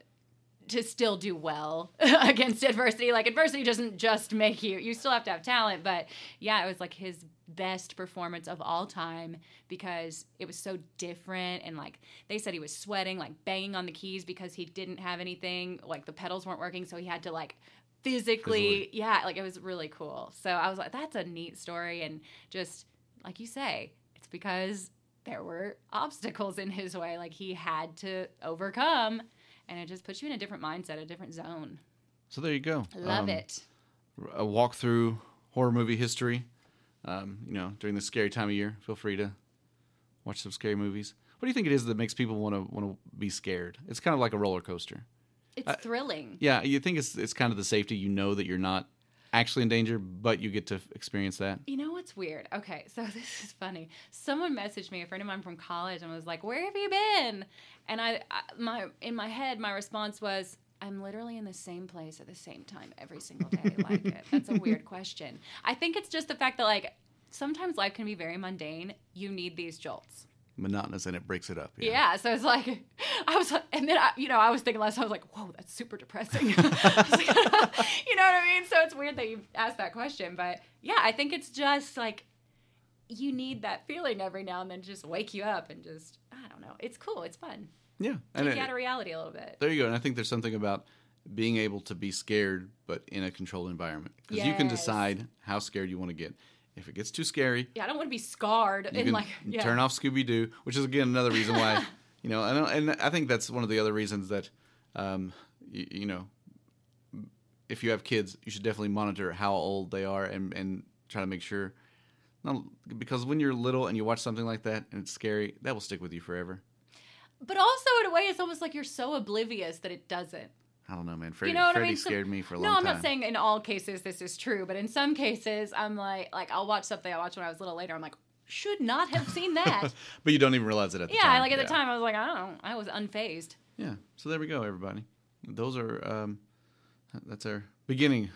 B: to still do well against adversity. Like adversity doesn't just make you; you still have to have talent. But yeah, it was like his best performance of all time because it was so different and like they said he was sweating like banging on the keys because he didn't have anything like the pedals weren't working so he had to like physically,
C: Physically.
B: yeah like it was really cool so i was like that's a neat story and just like you say it's because there were obstacles in his way like he had to overcome and it just puts you in a different mindset a different zone
C: So there you go.
B: love
C: Um,
B: it
C: A walk through horror movie history. Um, you know, during this scary time of year, feel free to watch some scary movies. What do you think it is that makes people want to want to be scared? It's kind of like a roller coaster.
B: it's thrilling
C: Yeah, you think it's it's kind of the safety. You know that you're not actually in danger, but you get to f- experience that.
B: You know what's weird? Okay, so this is funny. Someone messaged me, a friend of mine from college, and was like, "Where have you been?" And I, I my in my head, my response was, "I'm literally in the same place at the same time every single day." like, it. that's a weird question. I think it's just the fact that like sometimes life can be very mundane. You need these jolts.
C: Monotonous and it breaks it up.
B: Yeah, so it's like I was, like, and then I, you know I was thinking last time I was like, whoa, that's super depressing. I was like, you know what I mean? So it's weird that you asked that question, but yeah, I think it's just like you need that feeling every now and then, to just wake you up and just I don't know, it's cool, it's fun,
C: yeah. And
B: take
C: it-
B: you out of reality a little bit.
C: there you go. And I think there's something about being able to be scared, but in a controlled environment, because you can
B: Yes.
C: decide how scared you want to get. If it gets too scary,
B: Yeah, I don't want to be scarred
C: you
B: and
C: can
B: like yeah.
C: turn off Scooby Doo, which is again another reason why you know, and and I think that's one of the other reasons that um, you, you know, if you have kids, you should definitely monitor how old they are and and try to make sure. No, because when you're little and you watch something like that and it's scary, that will stick with you forever.
B: But also in a way, it's almost like you're so oblivious that it doesn't.
C: I don't know, man. Freddy,
B: you know what
C: Freddy
B: I mean? So-
C: scared me for a long
B: no,
C: time.
B: I'm not saying in all cases this is true, but in some cases, I'm like, like I'll watch something I watched when I was little later. I'm like, should not have seen that.
C: but you don't even realize it at the
B: yeah,
C: time.
B: like at the time, I was like, I don't, know. I was unfazed.
C: Yeah. So there we go, everybody. Those are um, that's our beginning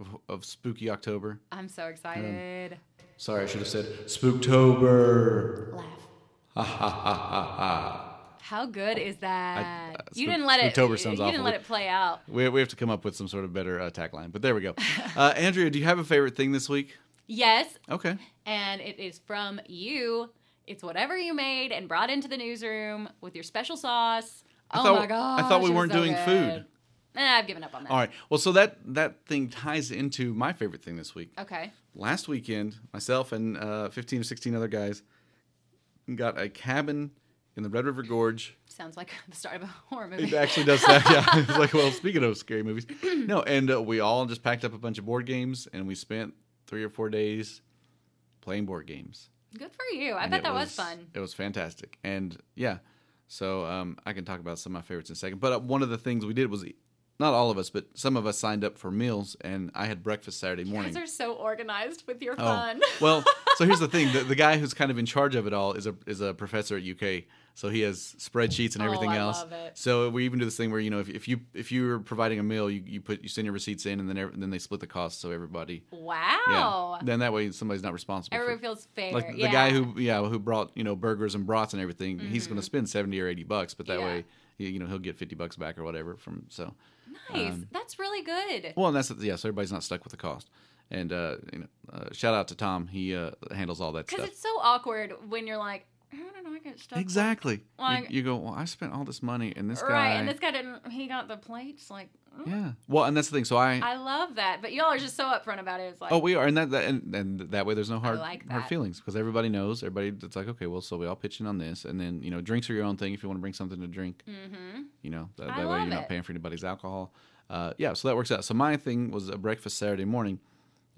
C: of, of spooky October.
B: I'm so excited.
C: Sorry, I should have said spooktober.
B: Laugh. How good is
C: I-
B: that?
C: uh,
B: you
C: Spook-
B: didn't let it.
C: Spooktober
B: you-
C: sounds
B: you didn't
C: awful.
B: let it play out.
C: We, we have to come up with some sort of better uh, tagline, but there we go. Uh, Andrea, do you have a favorite thing this week?
B: Yes,
C: Okay.
B: and it is from you. It's whatever you made and brought into the newsroom with your special sauce.
C: I
B: oh
C: thought-
B: my god!
C: I thought we weren't doing food.
B: I've given up on that.
C: All right. Well, so that that thing ties into my favorite thing this week.
B: Okay.
C: Last weekend, myself and uh, 15 or 16 other guys got a cabin in the Red River Gorge
B: Sounds like the start of a horror movie.
C: It actually does that. Yeah. It's like, well, speaking of scary movies, no. And uh, we all just packed up a bunch of board games, and we spent three or four days playing board games.
B: Good for you. I
C: And
B: bet
C: it
B: that was, fun.
C: It was fantastic, and yeah. So um, I can talk about some of my favorites in a second. But uh, one of the things we did was, not all of us, but some of us signed up for meals, and I had breakfast Saturday morning.
B: Because they're so organized with your
C: Oh.
B: fun.
C: well, so here's the thing: the, the guy who's kind of in charge of it all is a is a professor at UK, so he has spreadsheets and
B: Oh,
C: everything
B: I
C: else.
B: love it.
C: So we even do this thing where you know if, if you if you're providing a meal, you, you put you send your receipts in, and then ev- then they split the cost so everybody.
B: Wow.
C: Yeah. Then that way somebody's not responsible. for-
B: Everyone feels fair.
C: like the
B: yeah. Mm-hmm.
C: guy who yeah who brought you know burgers and brats and everything. He's going to spend seventy or eighty bucks, but that
B: Yeah.
C: way you you know he'll get fifty bucks back or whatever from so.
B: Nice.
C: um,
B: That's really good.
C: Well, and that's yeah. So everybody's not stuck with the cost. And uh, you know, uh, shout out to Tom. He uh, handles all that
B: Because
C: stuff.
B: it's so awkward when you're like, I don't know, I got stuck.
C: Exactly. You-
B: Like-
C: you, go, well, I spent all this money and this
B: Right.
C: guy.
B: And this guy didn't, he got the plates. Like, mm.
C: yeah. Well, and that's the thing. So I,
B: I love that. But y'all are just so upfront about it. It's like,
C: oh, we are, and that, that and, and that way there's no hard
B: like
C: hard
B: that.
C: feelings because everybody knows. Everybody, it's like okay, well, so we all pitch in on this, and then you know, drinks are your own thing. If you want to bring something to drink, mm-hmm. you know, that,
B: I
C: that way you're
B: love
C: not
B: it.
C: paying for anybody's alcohol. Uh, yeah, so that works out. So my thing was a breakfast Saturday morning,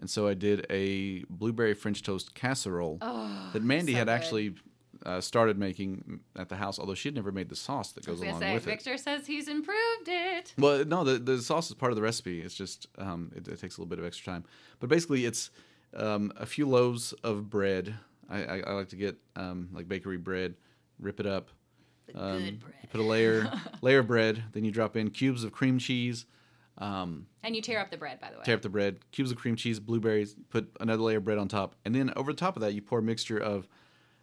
C: and so I did a blueberry French toast casserole that Mandy
B: Oh, so
C: had
B: good.
C: actually. Uh, started making at the house, although she had never made the sauce that
B: I was
C: goes
B: going
C: along
B: to say,
C: with it.
B: Victor says he's improved it.
C: Well, no, the, the sauce is part of the recipe. It's just um, it, it takes a little bit of extra time. But basically, it's um, a few loaves of bread. I, I, I like to get um, like bakery bread, rip it up, um, you put a layer layer of bread. Then you drop in cubes of cream cheese,
B: And you tear up the bread, by the way.
C: tear up the bread, cubes of cream cheese, blueberries. Put another layer of bread on top, and then over the top of that, you pour a mixture of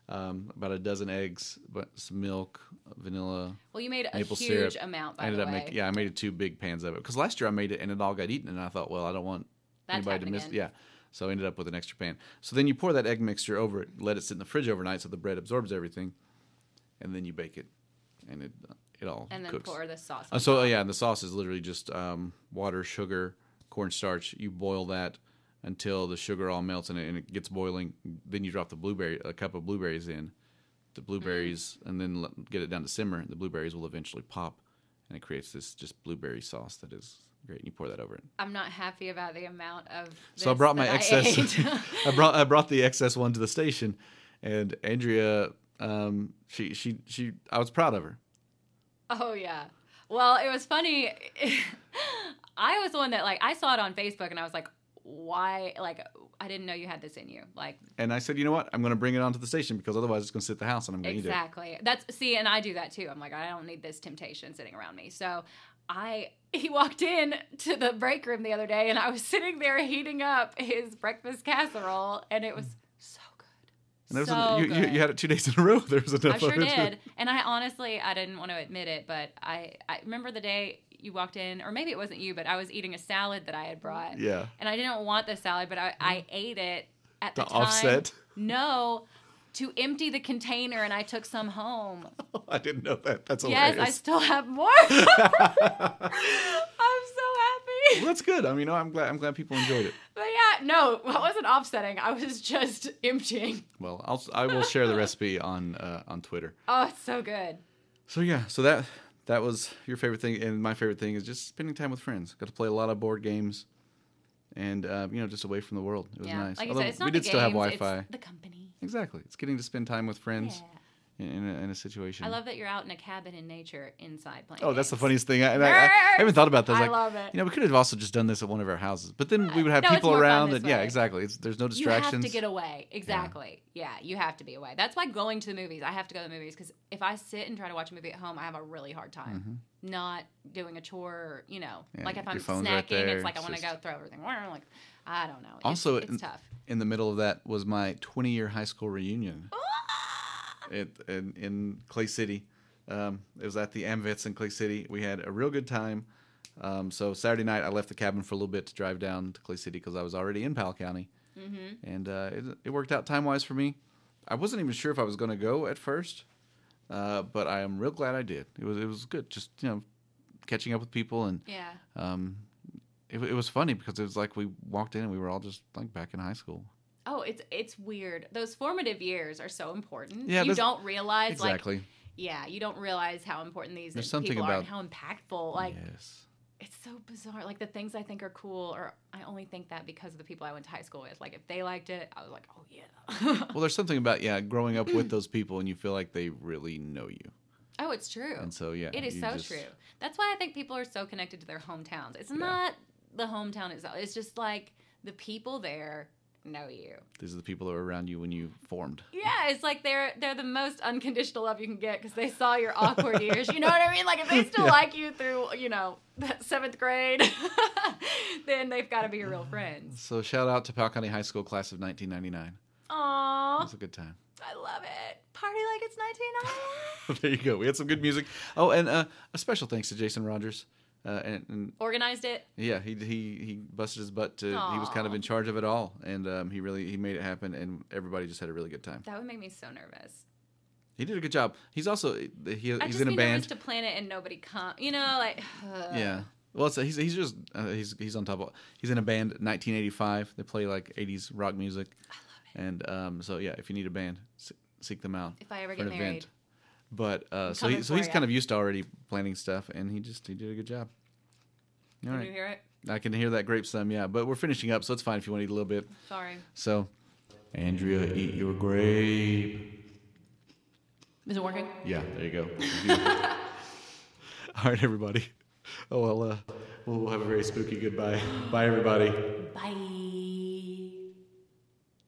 C: um, about a dozen eggs, but some milk, vanilla.
B: Well, you made a
C: maple
B: huge
C: syrup.
B: amount, by
C: I ended
B: the
C: up
B: way.
C: making yeah, I made two big pans of it because last year I made it and it all got eaten, and I thought, well, I don't want
B: That to
C: anybody to
B: happen
C: miss.
B: again.
C: Yeah, so I ended up with an extra pan. So then you pour that egg mixture over it, let it sit in the fridge overnight so the bread absorbs everything, and then you bake it, and it it all
B: And then
C: cooks.
B: pour the sauce.
C: Uh, so uh, yeah, and the sauce is literally just um, water, sugar, cornstarch. You boil that until the sugar all melts and it, and it gets boiling. Then you drop the blueberry, a cup of blueberries in, the blueberries,
B: Mm-hmm.
C: and then let, get it down to simmer. The blueberries will eventually pop, and it creates this just blueberry sauce that is great. And you pour that over it.
B: I'm not happy about the amount of.
C: So I
B: this
C: brought my
B: that I
C: excess.
B: ate.
C: I, brought I brought the excess one to the station, and Andrea, um, she she she. I was proud of her.
B: Oh yeah. Well, it was funny. I was the one that like I saw it on Facebook and I was like, why? Like I didn't know you had this in you. Like
C: And I said, you know what? I'm going to bring it onto the station because otherwise it's going to sit at the house and I'm going to eat it.
B: exactly. That's see, and I do that too. I'm like, I don't need this temptation sitting around me. So I he walked in to the break room the other day and I was sitting there heating up his breakfast casserole and it was so good.
C: Mm. And there was
B: so
C: an- you, you,
B: good.
C: you had it two days in a row. There was enough.
B: I sure
C: of it.
B: did. And I honestly, I didn't want to admit it, but I, I remember the day you walked in, or maybe it wasn't you, but I was eating a salad that I had brought.
C: Yeah.
B: And I didn't want the salad, but I, I ate it at
C: To
B: the time.
C: offset?
B: No, to empty the container, and I took some home.
C: Oh, I didn't know that. That's
B: yes,
C: hilarious.
B: I still have more. I'm so happy.
C: well, that's good. I mean, no, I'm glad. I'm glad people enjoyed it.
B: But yeah, no, I wasn't offsetting. I was just emptying.
C: Well, I'll I will share the recipe on uh, on Twitter.
B: Oh, it's so good.
C: So yeah, so that that was your favorite thing, and my favorite thing is just spending time with friends. Got to play a lot of board games, and uh, you know, just away from the world. It was
B: yeah.
C: nice.
B: Like I
C: Although
B: said, it's not
C: we
B: the
C: did still have
B: games,
C: Wi
B: it's
C: Fi.
B: the company.
C: Exactly. It's getting to spend time with friends
B: Yeah.
C: in, in, a, in a situation.
B: I love that you're out in a cabin in nature inside playing.
C: Mm. Oh, that's the
B: games.
C: funniest thing. I, and I, I haven't thought about that.
B: I
C: like,
B: love it.
C: You know, we could have also just done this at one of our houses, but then we would have
B: No, it's
C: people
B: more fun
C: around,
B: this
C: and yeah,
B: way.
C: exactly. It's, there's no
B: You
C: distractions.
B: have to get away. Exactly. Yeah. you have to be away. That's why going to the movies. I have to go to the movies because if I sit and try to watch a movie at home, I have a really hard time. Not doing a tour, or, you know,
C: Mm-hmm. Yeah,
B: like if
C: your
B: I'm
C: phone's
B: snacking,
C: right there,
B: it's like I
C: it's
B: want to
C: just-
B: go throw everything. Like I don't know. It's-
C: also,
B: it's,
C: in,
B: tough.
C: in the middle of that was my 20 year high school reunion
B: Ah!
C: at, in, in Clay City. Um, it was at the Amvets in Clay City. We had a real good time. Um, so Saturday night, I left the cabin for a little bit to drive down to Clay City because I was already in Powell County, mm-hmm. and uh, it, it worked out time wise for me. I wasn't even sure if I was going to go at first, uh, but I am real glad I did. It was it was good, just you know, catching up with people and
B: Yeah.
C: um, it, w- it was funny because it was like we walked in and we were all just like back in high school.
B: Oh, it's it's weird. Those formative years are so important.
C: Yeah,
B: you
C: there's-
B: don't realize
C: exactly.
B: like yeah, you don't realize how important these
C: There's something
B: people are and
C: about-
B: how impactful. Like
C: yes.
B: it's so bizarre. Like the things I think are cool, or I only think that because of the people I went to high school with. Like if they liked it, I was like, oh yeah.
C: Well, there's something about yeah, growing up with those people and you feel like they really know you.
B: oh, it's true.
C: And so yeah,
B: it is
C: you
B: so
C: just-
B: true. That's why I think people are so connected to their hometowns. It's not the hometown itself. It's just like the people there know you.
C: These are the people that were around you when you formed.
B: Yeah, it's like they're they're the most unconditional love you can get because they saw your awkward years. You know what I mean? Like if they still like you through you know seventh grade, then they've got to be your real friends.
C: So shout out to Powell County High School class of 1999. It
B: Aww.
C: was a good time.
B: I love it. Party like it's 1999.
C: there you go. We had some good music. Oh, and uh, a special thanks to Jason Rogers. Uh, and, and
B: Organized it.
C: Yeah, he he he busted his butt to. He was kind of
B: Aw.
C: in charge of it all, and um, he really he made it happen, and everybody just had a really good time.
B: That would make me so nervous.
C: He did a good job. He's also he,
B: I
C: he's
B: just
C: in a
B: be nervous
C: band.
B: to plan it and nobody come. You know, like
C: yeah. Well, it's, he's he's just uh, he's he's on top of. He's in a band, 1985. They play like 80s rock music. I love it. And um, so yeah, if you need a band, se- seek them out.
B: If I ever
C: for an
B: get married.
C: But uh, so
B: coming
C: he, so
B: for
C: he's
B: ya.
C: kind of used to already planning stuff, and he just he did a good job.
B: Can
C: All
B: you
C: right,
B: hear it?
C: I can hear that grape some, yeah. But we're finishing up, so it's fine if you want to eat a little bit.
B: Sorry.
C: So, Andrea, eat your grape.
B: Is it working?
C: Yeah, there you go. All right, everybody. Oh well, uh, we'll have a very spooky goodbye. Bye, everybody.
B: Bye.